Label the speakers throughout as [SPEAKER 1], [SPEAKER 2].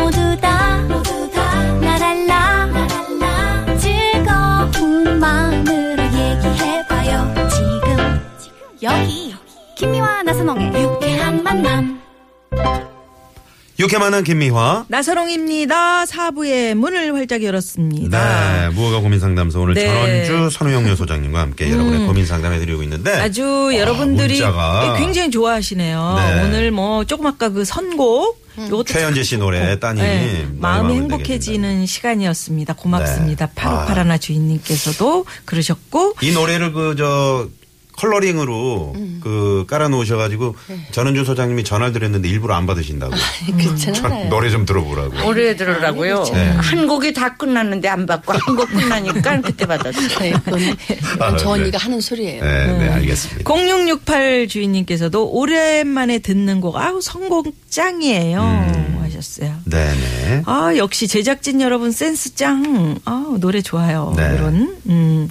[SPEAKER 1] 모두 다 나랄라 즐거운 마음으로 얘기해봐요 지금 여기 김미와 나선홍의 유쾌한 만남
[SPEAKER 2] 유쾌만한 김미화.
[SPEAKER 3] 나서롱입니다. 사부의 문을 활짝 열었습니다.
[SPEAKER 2] 네, 무허가 고민 상담소 오늘
[SPEAKER 3] 네. 음.
[SPEAKER 2] 전원주 선우영 여소장님과 함께 여러분의 고민 상담해 드리고 있는데
[SPEAKER 3] 아주
[SPEAKER 2] 아,
[SPEAKER 3] 여러분들이
[SPEAKER 2] 문자가.
[SPEAKER 3] 굉장히 좋아하시네요.
[SPEAKER 2] 네.
[SPEAKER 3] 오늘 뭐 조금 아까 그 선곡 요것도
[SPEAKER 2] 최현재 씨 노래 따님
[SPEAKER 3] 네,
[SPEAKER 2] 너의
[SPEAKER 3] 마음이
[SPEAKER 2] 마음은
[SPEAKER 3] 행복해지는 시간이었습니다. 고맙습니다.
[SPEAKER 2] 네.
[SPEAKER 3] 파로파라나 주인님께서도 그러셨고
[SPEAKER 2] 이 노래를 그 저 컬러링으로
[SPEAKER 3] 음.
[SPEAKER 2] 그 깔아 놓으셔가지고
[SPEAKER 3] 네.
[SPEAKER 2] 전원주 소장님이 전화를 드렸는데 일부러 안 받으신다고. 음.
[SPEAKER 4] 그
[SPEAKER 3] 네.
[SPEAKER 2] 전- 노래 좀 들어보라고.
[SPEAKER 5] 오래 들으라고요.
[SPEAKER 2] 네.
[SPEAKER 5] 한 곡이 다 끝났는데 안 받고 한 곡 끝나니까 그때 받았어요.
[SPEAKER 4] 네, 그건,
[SPEAKER 2] 아,
[SPEAKER 4] 그건 저
[SPEAKER 2] 네.
[SPEAKER 4] 언니가 하는 소리예요.
[SPEAKER 2] 네, 네, 알겠습니다.
[SPEAKER 3] 0668 주인님께서도 오랜만에 듣는 곡 아우 선곡 짱이에요 하셨어요.
[SPEAKER 2] 네, 네.
[SPEAKER 3] 아 역시 제작진 여러분 센스 짱. 아 노래 좋아요.
[SPEAKER 2] 네.
[SPEAKER 3] 이런 음,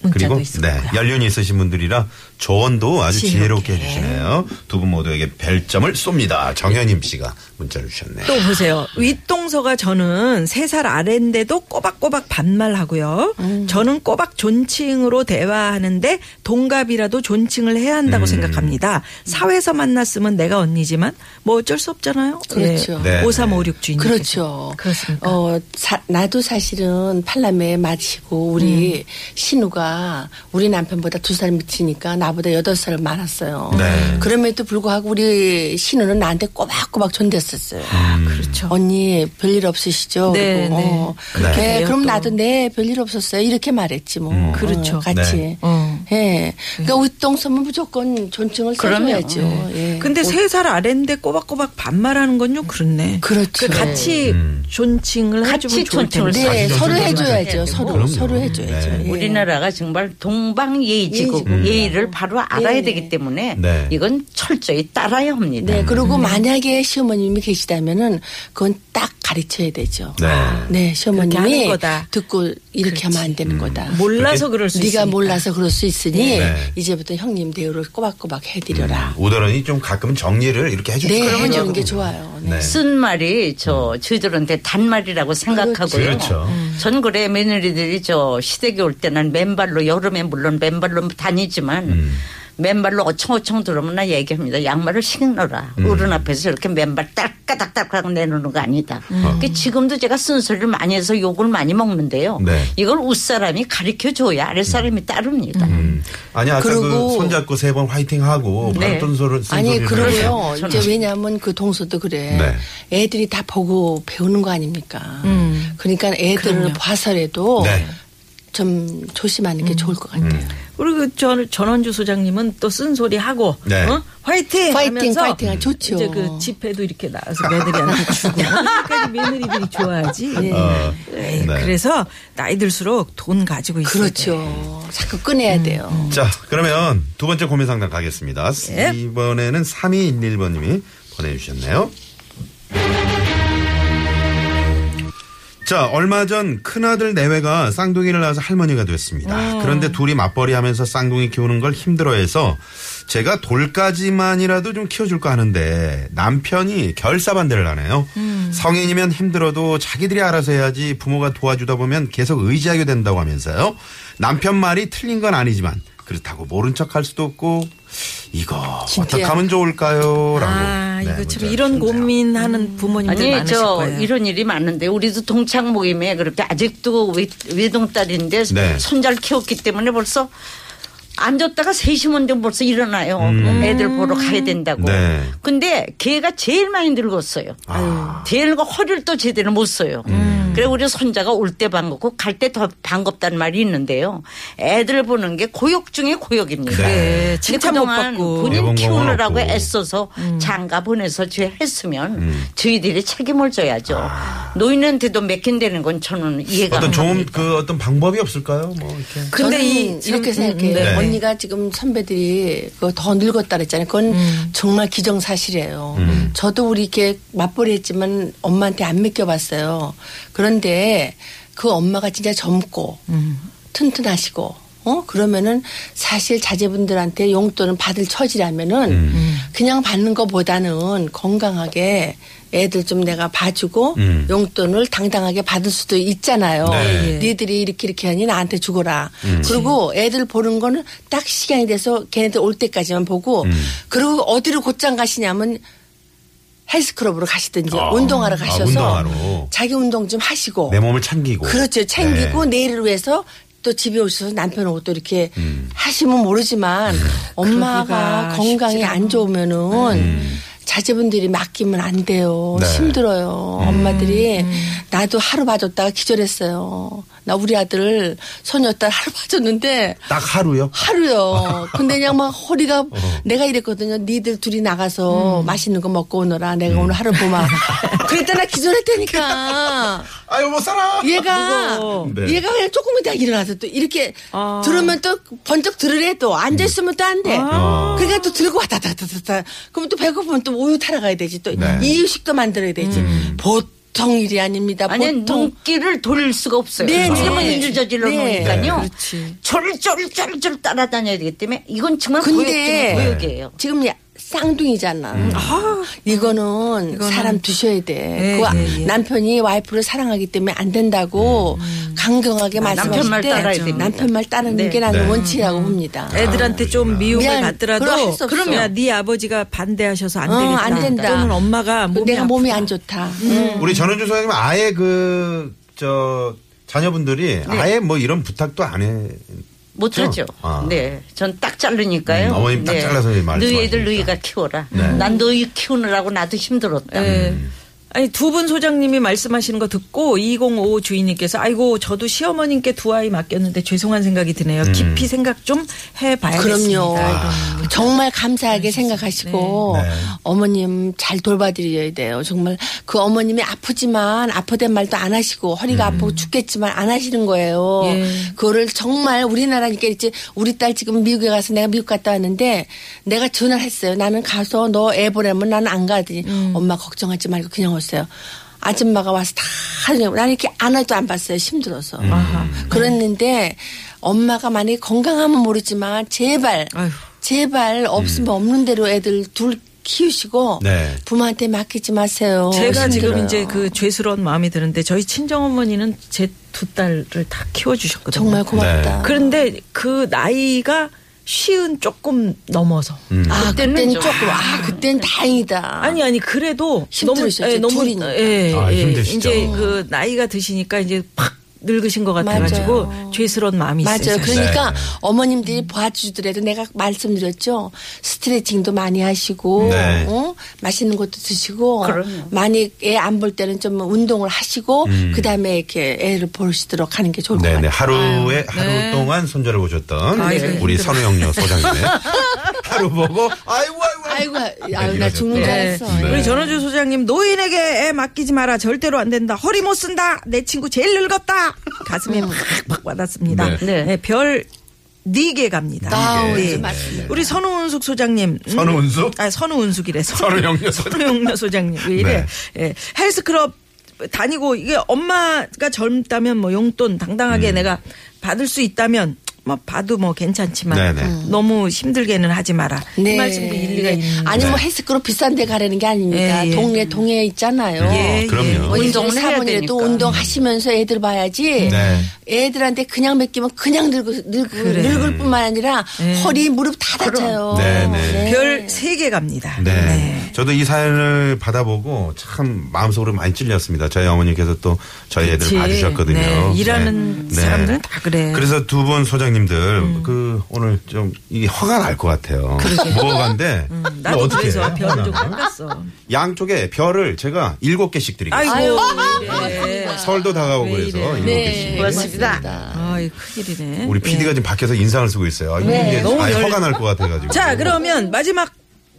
[SPEAKER 3] 문자도
[SPEAKER 2] 그리고
[SPEAKER 3] 있었고요.
[SPEAKER 2] 네, 연륜이 있으신 분들이라 조언도 아주 지혜롭게
[SPEAKER 3] 지혜롭게.
[SPEAKER 2] 해주시네요. 두 분 모두에게 별점을 쏩니다. 정현임 씨가 문자를 주셨네요.
[SPEAKER 3] 또 보세요. 윗동서가 저는 세 살 아래인데도 꼬박꼬박 반말하고요.
[SPEAKER 4] 음.
[SPEAKER 3] 저는 꼬박 존칭으로 대화하는데 동갑이라도 존칭을 해야 한다고 생각합니다. 사회에서 만났으면 내가 언니지만 뭐 어쩔 수 없잖아요.
[SPEAKER 4] 그렇죠.
[SPEAKER 2] 네, 네.
[SPEAKER 3] 5356 주인님.
[SPEAKER 4] 그렇죠.
[SPEAKER 3] 그렇습니까?
[SPEAKER 4] 어, 사- 나도 사실은 팔남에 마치고 우리
[SPEAKER 3] 음.
[SPEAKER 4] 신우가 우리 남편보다 두 살 밑이니까 나보다 여덟 살 많았어요.
[SPEAKER 2] 네.
[SPEAKER 4] 그럼에도 불구하고 우리 신우는 나한테 꼬박꼬박 존댔었어요.
[SPEAKER 2] 음.
[SPEAKER 3] 그렇죠.
[SPEAKER 4] 언니 별일 없으시죠?
[SPEAKER 3] 네,
[SPEAKER 4] 그리고
[SPEAKER 3] 네.
[SPEAKER 4] 어,
[SPEAKER 2] 그렇게
[SPEAKER 4] 네,
[SPEAKER 3] 돼요,
[SPEAKER 4] 그럼
[SPEAKER 3] 또.
[SPEAKER 4] 나도 네 별일 없었어요. 이렇게 말했지 뭐. 어,
[SPEAKER 3] 그렇죠.
[SPEAKER 4] 같이.
[SPEAKER 2] 음. 네.
[SPEAKER 3] 어.
[SPEAKER 4] 예. 그러니까 윗동서면 무조건 존칭을
[SPEAKER 5] 그럼요.
[SPEAKER 4] 써줘야죠. 예.
[SPEAKER 3] 네. 근데 세 살 아래인데 꼬박꼬박 반말하는 건 좀 그렇네.
[SPEAKER 4] 그렇죠.
[SPEAKER 3] 그러니까 같이 존칭을
[SPEAKER 5] 같이
[SPEAKER 3] 해주면 좋을
[SPEAKER 5] 존칭을
[SPEAKER 3] 텐데.
[SPEAKER 4] 네,
[SPEAKER 2] 사실
[SPEAKER 4] 서로
[SPEAKER 2] 저는
[SPEAKER 4] 해줘야죠.
[SPEAKER 5] 그렇게
[SPEAKER 4] 서로
[SPEAKER 2] 그럼요.
[SPEAKER 4] 서로 해줘야죠.
[SPEAKER 2] 네.
[SPEAKER 4] 예.
[SPEAKER 5] 우리나라가 정말 동방 예의지국 예의를 바로 알아야
[SPEAKER 4] 네.
[SPEAKER 5] 되기 때문에
[SPEAKER 2] 네.
[SPEAKER 5] 이건 철저히 따라야 합니다.
[SPEAKER 2] 음.
[SPEAKER 4] 네, 그리고 만약에 시어머님이 계시다면은 그건 딱 가르쳐야 되죠.
[SPEAKER 2] 네.
[SPEAKER 4] 네,
[SPEAKER 3] 그렇게 하는
[SPEAKER 4] 시어머님이
[SPEAKER 3] 거다. 음.
[SPEAKER 4] 듣고 이렇게 하면 안 되는 거다.
[SPEAKER 3] 몰라서 그럴 수 있어.
[SPEAKER 4] 네가 몰라서 그럴 수 있으니
[SPEAKER 2] 네.
[SPEAKER 4] 이제부터 형님 대우를 꼬박꼬박 해드려라.
[SPEAKER 2] 오더런이 좀 가끔은 정리를 이렇게 해주시고
[SPEAKER 4] 네, 해주는 게 좋아요. 네.
[SPEAKER 5] 쓴 말이 저 저희들한테 단말이라고 생각하고요.
[SPEAKER 2] 음. 그렇죠.
[SPEAKER 5] 전 그래 며느리들이 저 시댁에 올 때 난 맨발로 여름에 물론 맨발로 다니지만
[SPEAKER 2] 음.
[SPEAKER 5] 맨발로 어청어청 들어오면 나 얘기합니다. 양말을 신어라. 어른 앞에서 이렇게 맨발 딸까닥딸까닥 내놓는 거 아니다. 그 지금도 제가 쓴소리를 많이 해서 욕을 많이 먹는데요.
[SPEAKER 2] 네.
[SPEAKER 5] 이걸 웃사람이 가르쳐줘야 아랫사람이 따릅니다.
[SPEAKER 2] 아니 아까 그
[SPEAKER 4] 그리고-
[SPEAKER 2] 손잡고 세 번 화이팅하고
[SPEAKER 5] 네.
[SPEAKER 2] 바로 뜬소를
[SPEAKER 4] 아니 그러고요.
[SPEAKER 5] 저는-
[SPEAKER 4] 이제 왜냐하면 그 동서도 그래.
[SPEAKER 2] 네.
[SPEAKER 4] 애들이 다 보고 배우는 거 아닙니까.
[SPEAKER 3] 음.
[SPEAKER 4] 그러니까 애들을 봐서라도
[SPEAKER 2] 네. 음.
[SPEAKER 4] 좀 조심하는
[SPEAKER 3] 음.
[SPEAKER 4] 게 좋을 것 같아요.
[SPEAKER 3] 그리고 전 전원주 소장님은 또 쓴소리 하고
[SPEAKER 2] 네.
[SPEAKER 3] 어? 화이팅
[SPEAKER 4] 파이팅,
[SPEAKER 3] 하면서
[SPEAKER 4] 파이팅. 아, 좋죠.
[SPEAKER 3] 이제 그 집회도 이렇게 나와서 며느리한테 주고 그러니까 며느리들이 좋아하지.
[SPEAKER 2] 어,
[SPEAKER 3] 에이,
[SPEAKER 2] 네.
[SPEAKER 3] 그래서 나이 들수록 돈 가지고 있어요.
[SPEAKER 4] 그렇죠.
[SPEAKER 3] 네.
[SPEAKER 4] 자꾸 꺼내야
[SPEAKER 3] 음.
[SPEAKER 4] 돼요.
[SPEAKER 2] 자 그러면 두 번째 고민 상담 가겠습니다. 이번에는 3211번님이 보내주셨네요. 자, 얼마 전 큰아들 내외가 쌍둥이를 낳아서 할머니가 됐습니다.
[SPEAKER 3] 음.
[SPEAKER 2] 그런데 둘이 맞벌이 하면서 쌍둥이 키우는 걸 힘들어해서 제가 돌까지만이라도 좀 키워줄까 하는데 남편이 결사반대를 하네요.
[SPEAKER 3] 음.
[SPEAKER 2] 성인이면 힘들어도 자기들이 알아서 해야지 부모가 도와주다 보면 계속 의지하게 된다고 하면서요. 남편 말이 틀린 건 아니지만 그렇다고 모른 척 할 수도 없고 이거 어떻게 하면 좋을까요? 라고.
[SPEAKER 3] 아,
[SPEAKER 2] 네,
[SPEAKER 3] 이거 참
[SPEAKER 2] 문자를
[SPEAKER 3] 이런
[SPEAKER 2] 주셨네요.
[SPEAKER 3] 고민하는
[SPEAKER 4] 음.
[SPEAKER 3] 부모님들
[SPEAKER 5] 아니
[SPEAKER 3] 많으실
[SPEAKER 5] 저
[SPEAKER 3] 거예요.
[SPEAKER 5] 이런 일이 많은데 우리도 동창 모임에 그렇게 아직도 외, 외동딸인데
[SPEAKER 2] 네.
[SPEAKER 5] 손잘 키웠기 때문에 벌써 앉았다가 세시문데 벌써 일어나요. 애들 보러 가야 된다고.
[SPEAKER 2] 음. 네.
[SPEAKER 5] 근데 걔가 제일 많이 늙었어요.
[SPEAKER 2] 아.
[SPEAKER 5] 제일 늙고 허리를 또 제대로 못 써요.
[SPEAKER 2] 음.
[SPEAKER 5] 그래 우리 손자가 올 때 반갑고 갈 때 더 반갑다는 말이 있는데요. 애들 보는 게 고역 중에
[SPEAKER 2] 네.
[SPEAKER 5] 고역입니다. 근데
[SPEAKER 3] 칭찬 못
[SPEAKER 5] 그동안
[SPEAKER 3] 받고.
[SPEAKER 5] 본인
[SPEAKER 2] 매번
[SPEAKER 5] 키우느라고
[SPEAKER 2] 공헌하고.
[SPEAKER 5] 애써서
[SPEAKER 4] 음.
[SPEAKER 5] 장가 보내서 제 했으면
[SPEAKER 2] 음.
[SPEAKER 5] 저희들이 책임을 져야죠. 노인한테도 맡긴다는 건 저는 이해가
[SPEAKER 2] 아. 어떤
[SPEAKER 5] 안
[SPEAKER 2] 좋은
[SPEAKER 5] 갑니다.
[SPEAKER 2] 그 어떤 방법이 없을까요? 뭐 이렇게.
[SPEAKER 3] 근데
[SPEAKER 4] 저는
[SPEAKER 3] 이 음,
[SPEAKER 4] 이렇게 생각해요.
[SPEAKER 2] 네.
[SPEAKER 4] 언니가 지금 선배들이 그거 더 늙었다 그랬잖아요. 그건
[SPEAKER 3] 음.
[SPEAKER 4] 정말
[SPEAKER 2] 음.
[SPEAKER 4] 기정사실이에요. 저도 우리 이렇게 맞벌이 했지만 엄마한테 안 맡겨봤어요. 그런 그런데 그 엄마가 진짜 젊고
[SPEAKER 3] 음.
[SPEAKER 4] 튼튼하시고 어 그러면은 사실 자제분들한테 용돈을 받을
[SPEAKER 2] 음.
[SPEAKER 4] 처지라면은
[SPEAKER 3] 음.
[SPEAKER 4] 그냥 받는 것보다는 건강하게 애들 좀 내가 봐주고
[SPEAKER 2] 음.
[SPEAKER 4] 용돈을 당당하게 받을 수도 있잖아요.
[SPEAKER 3] 예,
[SPEAKER 2] 네.
[SPEAKER 4] 니들이 이렇게 이렇게 하니 나한테 주거라.
[SPEAKER 2] 음.
[SPEAKER 4] 그리고 애들 보는 거는 딱 시간이 돼서 걔네들 올 때까지만 보고
[SPEAKER 2] 음.
[SPEAKER 4] 그리고 어디로 곧장 가시냐면 헬스클럽으로 가시든지
[SPEAKER 2] 아.
[SPEAKER 4] 운동하러
[SPEAKER 2] 아,
[SPEAKER 4] 가셔서
[SPEAKER 2] 운동하러.
[SPEAKER 4] 자기 운동 좀 하시고
[SPEAKER 2] 내 몸을 챙기고.
[SPEAKER 4] 그렇죠 챙기고
[SPEAKER 2] 네.
[SPEAKER 4] 내일을 위해서 또 집에 오셔서 남편 옷도 이렇게
[SPEAKER 2] 음.
[SPEAKER 4] 하시면 모르지만 엄마가
[SPEAKER 3] 그러기가
[SPEAKER 4] 건강이
[SPEAKER 3] 쉽지가
[SPEAKER 4] 안 좋으면은 자제분들이 맡기면 안 돼요
[SPEAKER 2] 음. 네.
[SPEAKER 4] 힘들어요 엄마들이
[SPEAKER 3] 음.
[SPEAKER 4] 나도 하루 봐줬다가 기절했어요 나 우리 아들 소녀딸 하루 봐줬는데
[SPEAKER 2] 딱 하루요?
[SPEAKER 4] 하루요. 근데 그냥 막 허리가
[SPEAKER 2] 어.
[SPEAKER 4] 내가 이랬거든요. 니들 둘이
[SPEAKER 3] 음.
[SPEAKER 4] 나가서 맛있는 거 먹고 오너라. 내가
[SPEAKER 2] 음.
[SPEAKER 4] 오늘 하루 보마. 그랬더니 나 기절했다니까.
[SPEAKER 2] 아유 못 살아.
[SPEAKER 4] 예. 얘가
[SPEAKER 3] 무거워.
[SPEAKER 2] 네.
[SPEAKER 4] 얘가 그냥 조금 있다 일어나서 또 이렇게
[SPEAKER 3] 아.
[SPEAKER 4] 들으면 또 번쩍 들으래 또 앉아 있으면 또 안 돼.
[SPEAKER 2] 아.
[SPEAKER 4] 그러니까 또 들고 왔다 갔다 갔다 갔다. 그럼 또 배고프면 또 우유 타러 가야 되지. 또
[SPEAKER 2] 네.
[SPEAKER 4] 이유식도 만들어야 되지. 보통 일이 아닙니다.
[SPEAKER 5] 아니
[SPEAKER 4] 보통
[SPEAKER 5] 눈길을 돌릴 수가 없어요.
[SPEAKER 4] 네,
[SPEAKER 5] 지금은
[SPEAKER 4] 네.
[SPEAKER 5] 인질 저질러
[SPEAKER 4] 네.
[SPEAKER 5] 놓으니까요.
[SPEAKER 3] 그렇지.
[SPEAKER 5] 졸졸졸졸 따라다녀야 되기 때문에 이건 정말
[SPEAKER 4] 근데
[SPEAKER 5] 근데, 구역이에요.
[SPEAKER 4] 지금 야- 쌍둥이잖아. 이거는, 사람 두셔야 돼. 그거
[SPEAKER 3] 네, 네.
[SPEAKER 4] 남편이 와이프를 사랑하기 때문에 안 된다고 강경하게 말씀하실
[SPEAKER 5] 남편 말
[SPEAKER 4] 때
[SPEAKER 5] 따라야 됩니다.
[SPEAKER 4] 남편 말 따르는
[SPEAKER 5] 네.
[SPEAKER 4] 게 나는
[SPEAKER 2] 네.
[SPEAKER 4] 원칙이라고 봅니다.
[SPEAKER 3] 애들한테 좀 미움을
[SPEAKER 4] 미안, 그럼 할수
[SPEAKER 3] 받더라도
[SPEAKER 4] 없어.
[SPEAKER 3] 그러면 야, 네 아버지가 반대하셔서 안
[SPEAKER 4] 어,
[SPEAKER 3] 되겠다.
[SPEAKER 4] 안 된다. 그
[SPEAKER 3] 또는 엄마가 몸이
[SPEAKER 4] 내가 몸이
[SPEAKER 3] 아프다.
[SPEAKER 4] 안 좋다.
[SPEAKER 2] 우리 전원주 소장님 아예 그 저 자녀분들이 아예 뭐 이런 부탁도 안 해.
[SPEAKER 5] 못하죠.
[SPEAKER 2] 아.
[SPEAKER 5] 네, 전 딱 자르니까요. 네.
[SPEAKER 2] 음, 어머님 딱 잘라서 말씀하시니까. 네.
[SPEAKER 5] 너희들 너희가 키워라. 난 너희 키우느라고 나도 힘들었다.
[SPEAKER 4] 네.
[SPEAKER 3] 예. 아니 두 분 소장님이 말씀하시는 거 듣고 2055 주인님께서 아이고 저도 시어머님께 두 아이 맡겼는데 죄송한 생각이 드네요. 깊이 생각 좀 해봐야겠습니다.
[SPEAKER 4] 그럼요.
[SPEAKER 3] 이런. 음,
[SPEAKER 4] 정말 감사하게 생각하시고
[SPEAKER 2] 네. 네.
[SPEAKER 4] 어머님 잘 돌봐드려야 돼요. 정말 그 어머님이 아프지만 아프단 말도 안 하시고 허리가 아프고 죽겠지만 안 하시는 거예요.
[SPEAKER 3] 음. 예.
[SPEAKER 4] 그거를 정말 우리나라니까 그러니까 이제 우리 딸 지금 미국에 가서 내가 미국 갔다 왔는데 내가 전화를 했어요. 나는 가서 너 애 보내면 나는 안 가더니
[SPEAKER 3] 음.
[SPEAKER 4] 엄마 걱정하지 말고 그냥 오세요. 아줌마가 와서 다 하려고 나는 이렇게 안 해도 안 봤어요. 힘들어서. 그랬는데 엄마가 만약에 건강하면 모르지만 제발
[SPEAKER 3] 아휴.
[SPEAKER 4] 제발 없으면 없는 대로 애들 둘 키우시고
[SPEAKER 2] 네.
[SPEAKER 4] 부모한테 맡기지 마세요.
[SPEAKER 3] 제가 지금
[SPEAKER 4] 힘들어요.
[SPEAKER 3] 이제 그 죄스러운 마음이 드는데 저희 친정 어머니는 제 두 딸을 다 키워주셨거든요.
[SPEAKER 4] 정말
[SPEAKER 3] 네.
[SPEAKER 4] 고맙다.
[SPEAKER 3] 그런데 그 나이가 쉬운 조금 넘어서.
[SPEAKER 4] 아
[SPEAKER 5] 그때는
[SPEAKER 4] 그때는
[SPEAKER 5] 좀-
[SPEAKER 4] 조금 아 그때는 다행이다.
[SPEAKER 3] 아니 아니 그래도
[SPEAKER 4] 힘들으셨죠,
[SPEAKER 3] 너무
[SPEAKER 4] 둘이니까.
[SPEAKER 3] 예,
[SPEAKER 2] 아,
[SPEAKER 3] 예.
[SPEAKER 2] 힘드시죠.
[SPEAKER 3] 이제 그 나이가 드시니까 이제 팍 늙으신 것 같아가지고
[SPEAKER 4] 맞아요.
[SPEAKER 3] 죄스러운 마음이 있어요.
[SPEAKER 4] 맞아요.
[SPEAKER 3] 사실.
[SPEAKER 4] 그러니까
[SPEAKER 2] 네.
[SPEAKER 4] 어머님들이 봐주더라도 내가 말씀드렸죠. 스트레칭도 많이 하시고,
[SPEAKER 2] 네.
[SPEAKER 4] 어? 맛있는 것도 드시고,
[SPEAKER 5] 그럼요.
[SPEAKER 4] 많이 애 안 볼 때는 좀 운동을 하시고,
[SPEAKER 2] 음.
[SPEAKER 4] 그 다음에 이렇게 애를 보시도록 하는 게 좋을 것
[SPEAKER 2] 네네
[SPEAKER 4] 같아요.
[SPEAKER 2] 하루에 하루 동안 손절해 보셨던
[SPEAKER 3] 아이고,
[SPEAKER 2] 우리 선우영녀 소장님의 하루 보고 아이고 아이고
[SPEAKER 4] 아이고, 아유, 나 죽는 줄
[SPEAKER 3] 네.
[SPEAKER 4] 알았어.
[SPEAKER 3] 우리 전원주 소장님 노인에게 애 맡기지 마라 절대로 안 된다 허리 못 쓴다 내 친구 제일 늙었다 가슴에
[SPEAKER 4] 음.
[SPEAKER 3] 팍팍 와닿습니다
[SPEAKER 2] 네.
[SPEAKER 5] 네.
[SPEAKER 3] 별 4개 갑니다
[SPEAKER 4] 아,
[SPEAKER 3] 네.
[SPEAKER 4] 오늘 맞습니다.
[SPEAKER 3] 우리 선우은숙 소장님 음,
[SPEAKER 2] 선우은숙?
[SPEAKER 3] 아 선우은숙이래
[SPEAKER 2] 선우영녀 소장님. 네.
[SPEAKER 3] 선우영녀 소장님 왜 이래 예, 헬스클럽 다니고 이게 엄마가 젊다면 뭐 용돈
[SPEAKER 2] 음.
[SPEAKER 3] 당당하게 내가 받을 수 있다면 뭐 봐도 뭐 괜찮지만
[SPEAKER 2] 네네. 음.
[SPEAKER 3] 너무 힘들게는 하지 마라
[SPEAKER 4] 네.
[SPEAKER 3] 이 말씀도 일리가 있는
[SPEAKER 4] 아니
[SPEAKER 2] 네.
[SPEAKER 4] 뭐 헬스클럽 비싼 데 가라는 게 아닙니다.
[SPEAKER 3] 예, 예.
[SPEAKER 4] 동네 동해 있잖아요.
[SPEAKER 3] 예,
[SPEAKER 2] 어, 그럼요.
[SPEAKER 4] 어디
[SPEAKER 5] 운동을 해야
[SPEAKER 4] 뭐 사모님도
[SPEAKER 5] 되니까.
[SPEAKER 4] 운동하시면서 애들 봐야지.
[SPEAKER 2] 네.
[SPEAKER 4] 애들한테 그냥 맡기면 그냥 늙고 늙고 늙을 뿐만 아니라 허리 무릎 다 다쳐요.
[SPEAKER 2] 네, 네.
[SPEAKER 3] 별 세 개 갑니다.
[SPEAKER 2] 네. 저도 이 사연을 받아보고 참 마음속으로 많이 찔렸습니다. 저희 어머니께서 또 저희 애들
[SPEAKER 3] 그치.
[SPEAKER 2] 봐주셨거든요.
[SPEAKER 3] 네, 일하는 사람들은 다 그래.
[SPEAKER 2] 그래서 두 분 소장님들 그 오늘 좀 이게 화가 날 것 같아요. 무허가인데 이거
[SPEAKER 3] 나도
[SPEAKER 2] 어떻게
[SPEAKER 3] 그래서
[SPEAKER 2] 해요?
[SPEAKER 3] 별을 좀
[SPEAKER 2] 하나는?
[SPEAKER 3] 깎았어.
[SPEAKER 2] 양쪽에 별을 제가 일곱 개씩 드리겠습니다.
[SPEAKER 3] 아이고, 네. 왜 이래.
[SPEAKER 2] 설도 다가오고
[SPEAKER 3] 왜
[SPEAKER 2] 그래서
[SPEAKER 3] 이래.
[SPEAKER 2] 일곱
[SPEAKER 3] 네.
[SPEAKER 2] 개씩.
[SPEAKER 4] 네.
[SPEAKER 5] 고맙습니다.
[SPEAKER 3] 아이 큰일이네.
[SPEAKER 2] 우리 PD가 지금 밖에서 인상을 쓰고 있어요. 아, 이게 이제
[SPEAKER 3] 너무
[SPEAKER 2] 아예
[SPEAKER 3] 열-
[SPEAKER 2] 화가 날 것 같아가지고.
[SPEAKER 3] 자, 그러면 마지막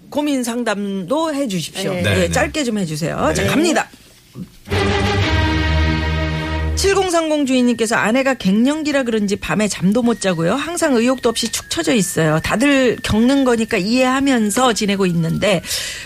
[SPEAKER 3] 고민 상담도 해 주십시오. 예,
[SPEAKER 2] 네, 네.
[SPEAKER 3] 짧게 좀 해주세요. 자, 갑니다. 7030 주인님께서 아내가 갱년기라 그런지 밤에 잠도 못 자고요. 항상 의욕도 없이 축 처져 있어요. 다들 겪는 거니까 이해하면서 지내고 있는데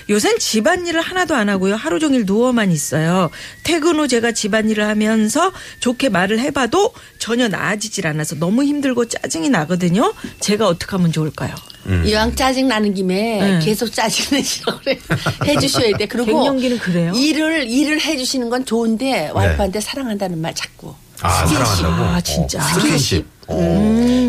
[SPEAKER 3] 요샌 집안일을 하나도 안 하고요. 하루 종일 누워만 있어요. 퇴근 후 제가 집안일을 하면서 좋게 말을 해봐도 전혀 나아지질 않아서 너무 힘들고 짜증이 나거든요. 제가 어떻게 하면 좋을까요?
[SPEAKER 2] 음.
[SPEAKER 4] 이왕 짜증 나는 김에
[SPEAKER 3] 네.
[SPEAKER 4] 계속 짜증 내시라고 그래. 해주셔야 돼. 그리고
[SPEAKER 3] 갱년기는 그래요?
[SPEAKER 4] 일을 일을 해주시는 건
[SPEAKER 2] 네.
[SPEAKER 4] 좋은데 와이프한테 사랑한다는 말 자꾸
[SPEAKER 2] 아, 사랑한다고?
[SPEAKER 3] 아, 진짜.
[SPEAKER 2] 어, 스킨십. 어.
[SPEAKER 4] 음.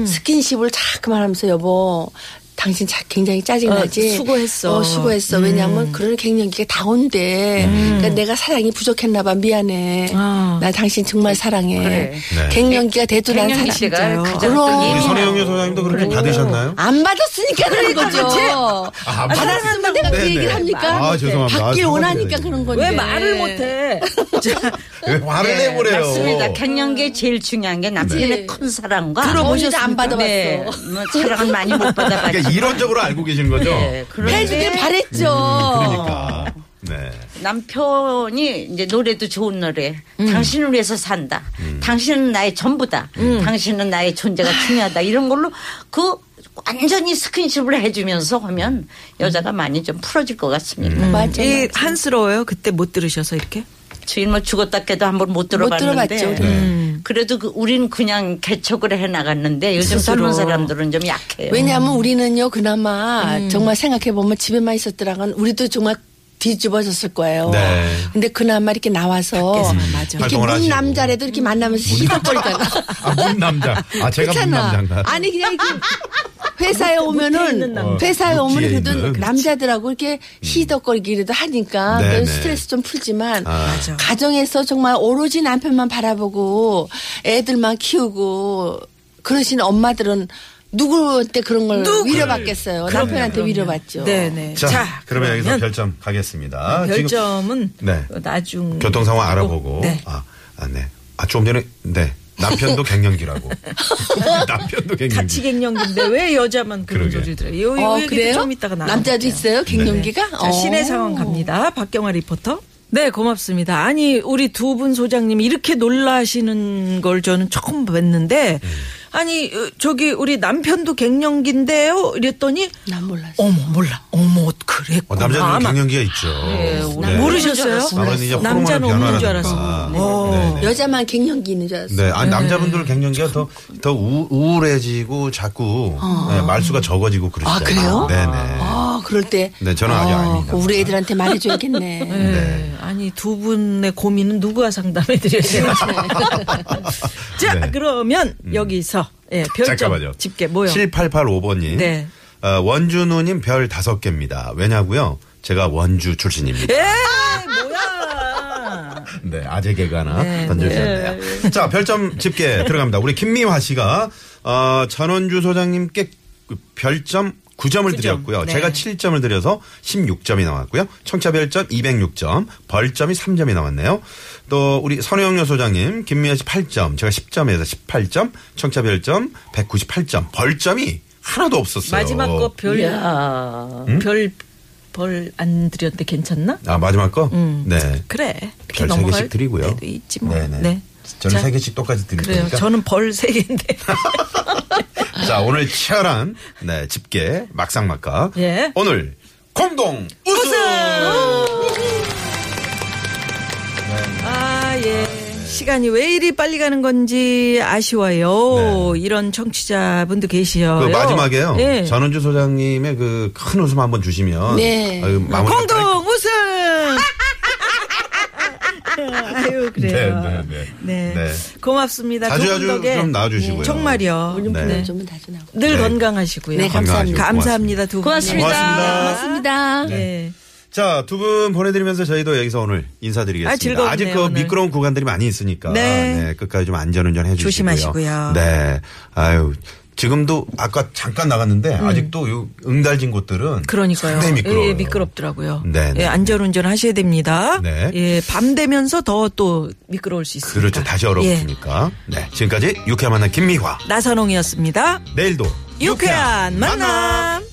[SPEAKER 3] 음.
[SPEAKER 4] 스킨십을 자꾸만 하면서 여보. 당신 자, 굉장히 짜증나지.
[SPEAKER 3] 어, 수고했어. 음.
[SPEAKER 4] 어, 수고했어. 왜냐하면 그런 갱년기가 다 온대. 그러니까 내가 사랑이 부족했나봐. 미안해.
[SPEAKER 3] 아.
[SPEAKER 4] 나 당신 정말 사랑해.
[SPEAKER 5] 그래.
[SPEAKER 2] 네.
[SPEAKER 4] 갱년기가 돼도 난
[SPEAKER 5] 갱년기
[SPEAKER 4] 사랑.
[SPEAKER 5] 시대가 가장
[SPEAKER 4] 네. 그럼.
[SPEAKER 5] 또
[SPEAKER 2] 우리
[SPEAKER 5] 예민해.
[SPEAKER 2] 선혜영유 소장님도 그렇게 받으셨나요?
[SPEAKER 4] 안 받았으니까 그런 거죠.
[SPEAKER 2] 안
[SPEAKER 4] 받았으면
[SPEAKER 2] 받았-
[SPEAKER 4] 그
[SPEAKER 2] 네네.
[SPEAKER 4] 얘기를 합니까?
[SPEAKER 2] 아, 죄송합니다.
[SPEAKER 4] 받길
[SPEAKER 2] 아,
[SPEAKER 4] 원하니까 그런 건데.
[SPEAKER 3] 왜 말을 못해?
[SPEAKER 2] 왜 화를
[SPEAKER 5] 네,
[SPEAKER 2] 내보래요?
[SPEAKER 5] 맞습니다. 갱년기에 제일 중요한 게 남편의
[SPEAKER 4] 네.
[SPEAKER 5] 큰 사랑과
[SPEAKER 4] 들어보셨습니까? 안 받아봤어.
[SPEAKER 5] 네, 뭐 사랑은 많이 못
[SPEAKER 2] 그러니까
[SPEAKER 5] 받아봤죠.
[SPEAKER 2] 이론적으로 알고 계신 거죠?
[SPEAKER 5] 네,
[SPEAKER 4] 해주길
[SPEAKER 5] 그런데
[SPEAKER 4] 바랬죠.
[SPEAKER 2] 그러니까. 네.
[SPEAKER 5] 남편이 이제 노래도 좋은 노래.
[SPEAKER 4] 음.
[SPEAKER 5] 당신을 위해서 산다.
[SPEAKER 2] 음.
[SPEAKER 5] 당신은 나의 전부다.
[SPEAKER 4] 음.
[SPEAKER 5] 당신은 나의 존재가 중요하다. 이런 걸로 그 완전히 스킨십을 해주면서 하면 여자가 많이 좀 풀어질 것 같습니다.
[SPEAKER 2] 음.
[SPEAKER 4] 맞아요.
[SPEAKER 3] 음. 이 한스러워요. 그때 못 들으셔서 이렇게?
[SPEAKER 5] 주인 뭐 죽었다 깨도 한 번 못 들어봤는데.
[SPEAKER 2] 네.
[SPEAKER 4] 들어봤죠. 음.
[SPEAKER 5] 그래도 그 우린 그냥 개척을 해 나갔는데 요즘 젊은 사람들은 좀 약해요.
[SPEAKER 4] 예. 왜냐하면 우리는요, 그나마
[SPEAKER 2] 음.
[SPEAKER 4] 정말 생각해보면 집에만 있었더라면 우리도 정말 뒤집어졌을 거예요.
[SPEAKER 2] 네.
[SPEAKER 4] 근데 그나마 이렇게 나와서 이렇게
[SPEAKER 2] 활동을
[SPEAKER 4] 문
[SPEAKER 2] 하시고.
[SPEAKER 4] 남자래도 이렇게 만나면서 시덕거리잖아.
[SPEAKER 2] 아, 문 남자. 아, 제가 문 남자인가?
[SPEAKER 4] 아니 그냥 이렇게 회사에 오면은
[SPEAKER 2] 남자.
[SPEAKER 4] 회사에
[SPEAKER 2] 어,
[SPEAKER 4] 오면
[SPEAKER 2] 뒤에
[SPEAKER 4] 그래도
[SPEAKER 2] 있는. 음.
[SPEAKER 4] 남자들하고 이렇게 시덕거리기라도 하니까
[SPEAKER 2] 네,
[SPEAKER 4] 그런
[SPEAKER 2] 네.
[SPEAKER 4] 스트레스 좀 풀지만
[SPEAKER 2] 아.
[SPEAKER 4] 가정에서 정말 오로지 남편만 바라보고 애들만 키우고 그러신 엄마들은 누구한테 그런 걸 위로받겠어요? 남편한테 위로받죠.
[SPEAKER 3] 네네.
[SPEAKER 2] 자, 그러면 여기서
[SPEAKER 3] 그러면 음,
[SPEAKER 2] 별점 가겠습니다. 지금
[SPEAKER 3] 별점은
[SPEAKER 2] 네.
[SPEAKER 3] 나중
[SPEAKER 2] 교통 상황 알아보고.
[SPEAKER 3] 네.
[SPEAKER 2] 아, 아, 네. 아, 조금 전에, 네. 남편도 갱년기라고. 남편도 갱년기.
[SPEAKER 3] 같이 갱년기인데 왜 여자만 그런
[SPEAKER 2] 그러게.
[SPEAKER 3] 소리를 들어요? 요, 요
[SPEAKER 4] 어,
[SPEAKER 3] 얘기도
[SPEAKER 4] 그래요?
[SPEAKER 3] 좀 이따가 나와.
[SPEAKER 4] 남자도 있어요? 갱년기가?
[SPEAKER 3] 자,
[SPEAKER 4] 어.
[SPEAKER 3] 시내 상황 갑니다. 박경화 리포터. 네, 고맙습니다. 아니, 우리 두 분 소장님이 이렇게 놀라시는 걸 저는 처음 뵀는데, 아니, 어, 저기, 우리 남편도 갱년기인데요? 이랬더니,
[SPEAKER 4] 난 몰랐어.
[SPEAKER 3] 어머, 몰라. 어머, 그랬구나.
[SPEAKER 2] 어, 남자들은
[SPEAKER 3] 아마
[SPEAKER 2] 갱년기가 있죠. 네.
[SPEAKER 3] 모르셨어요?
[SPEAKER 2] 아무래서 이제 호르몬의
[SPEAKER 3] 남자는 없는 줄
[SPEAKER 2] 변화라든가.
[SPEAKER 3] 알았어요. 어.
[SPEAKER 2] 네, 네.
[SPEAKER 4] 여자만 갱년기 있는 줄 알았어.
[SPEAKER 2] 네, 아니 남자분들 갱년기가 더, 더 우, 우울해지고 자꾸 네, 말수가 적어지고 그러시잖아요.
[SPEAKER 4] 아, 그래요?
[SPEAKER 2] 네네.
[SPEAKER 4] 아, 그럴 때.
[SPEAKER 2] 네, 저는 아직
[SPEAKER 4] 아,
[SPEAKER 2] 아닙니다.
[SPEAKER 4] 그거 우리 애들한테 말해줘야겠네.
[SPEAKER 3] 네. 아니 두 분의 고민은 누구와 상담해 드려야 되나? 자
[SPEAKER 2] 네.
[SPEAKER 3] 그러면 여기서 예, 별점
[SPEAKER 2] 잠깐만요.
[SPEAKER 3] 집계 뭐요?
[SPEAKER 2] 7885번님.
[SPEAKER 3] 네.
[SPEAKER 2] 어, 원준우님 별 다섯 개입니다. 왜냐고요? 제가 원주 출신입니다.
[SPEAKER 3] 에 뭐야?
[SPEAKER 2] 네, 아재 개그 하나
[SPEAKER 3] 네,
[SPEAKER 2] 던져주셨네요. 자, 별점 집계 들어갑니다. 우리 김미화 씨가 어, 전원주 소장님께 그 별점 9점을 드렸고요.
[SPEAKER 3] 네.
[SPEAKER 2] 제가 7점을 드려서 16점이 나왔고요. 청차 별점 206점, 벌점이 3점이 나왔네요. 또 우리 선영 여 소장님, 김미화 씨 8점, 제가 10점에서 18점, 청차 별점 198점, 벌점이 하나도 없었어요. 예.
[SPEAKER 3] 마지막
[SPEAKER 5] 야.
[SPEAKER 3] 거 별 별 안 드렸는데 괜찮나?
[SPEAKER 2] 아 마지막 거? 네.
[SPEAKER 3] 그래 이렇게
[SPEAKER 2] 별세
[SPEAKER 3] 음. 넘어갈
[SPEAKER 2] 개씩 드리고요.
[SPEAKER 3] 때도 있지 뭐.
[SPEAKER 2] 네네. 그러니까
[SPEAKER 3] 네.
[SPEAKER 2] 저는
[SPEAKER 3] 자,
[SPEAKER 2] 세 개씩 똑같이 드릴
[SPEAKER 3] 그래요.
[SPEAKER 2] 거니까.
[SPEAKER 3] 저는 벌 세 개인데.
[SPEAKER 2] 자 오늘 치열한 네, 집계 막상막하.
[SPEAKER 3] 예.
[SPEAKER 2] 오늘 공동 우승.
[SPEAKER 3] 아, 예. 시간이 왜 이리 빨리 가는 건지 아쉬워요. 이런 청취자분도 계시요.
[SPEAKER 2] 네. 그 마지막에요.
[SPEAKER 3] 예.
[SPEAKER 2] 전원주 소장님의 그 큰 웃음 한번 주시면
[SPEAKER 4] 네.
[SPEAKER 2] 아유, 그 마무리가 깔끔-
[SPEAKER 3] 공동 우승! 아유, 그래요.
[SPEAKER 2] 네, 네, 네.
[SPEAKER 3] 네.
[SPEAKER 2] 네.
[SPEAKER 3] 고맙습니다.
[SPEAKER 2] 자주
[SPEAKER 3] 두
[SPEAKER 2] 자주
[SPEAKER 3] 분 덕에 네,
[SPEAKER 2] 좀 나와주시고요.
[SPEAKER 3] 정말요.
[SPEAKER 4] 오늘
[SPEAKER 2] 네.
[SPEAKER 4] 분은 좀은 다시 나고.
[SPEAKER 3] 늘
[SPEAKER 2] 네.
[SPEAKER 3] 건강하시고요.
[SPEAKER 4] 네,
[SPEAKER 2] 감사합니다.
[SPEAKER 3] 감사합니다, 두 분.
[SPEAKER 5] 고맙습니다.
[SPEAKER 2] 고맙습니다.
[SPEAKER 4] 고맙습니다.
[SPEAKER 3] 네.
[SPEAKER 2] 자, 두 분 보내드리면서 저희도 여기서 오늘
[SPEAKER 3] 아,
[SPEAKER 2] 인사드리겠습니다.
[SPEAKER 3] 즐거웠네요,
[SPEAKER 2] 아, 직그
[SPEAKER 3] 오늘.
[SPEAKER 2] 미끄러운 구간들이 많이 있으니까
[SPEAKER 3] 네.
[SPEAKER 2] 네, 끝까지 좀 안전운전 해주시고요.
[SPEAKER 3] 조심하시고요.
[SPEAKER 2] 네, 아유 지금도 아까 잠깐 나갔는데 아직도 요 응달진 곳들은
[SPEAKER 3] 음. 그러니까요.
[SPEAKER 2] 상당히 미끄러워요.
[SPEAKER 3] 예, 미끄럽더라고요.
[SPEAKER 2] 네, 네.
[SPEAKER 3] 예, 안전운전 하셔야 됩니다.
[SPEAKER 2] 네.
[SPEAKER 3] 예, 밤 되면서 더 또 미끄러울 수 있습니다.
[SPEAKER 2] 그렇죠. 다시
[SPEAKER 3] 예,
[SPEAKER 2] 얼어붙으니까. 네, 지금까지 유쾌한 만남 김미화.
[SPEAKER 3] 나선홍이었습니다.
[SPEAKER 2] 내일도
[SPEAKER 3] 유쾌한 만남.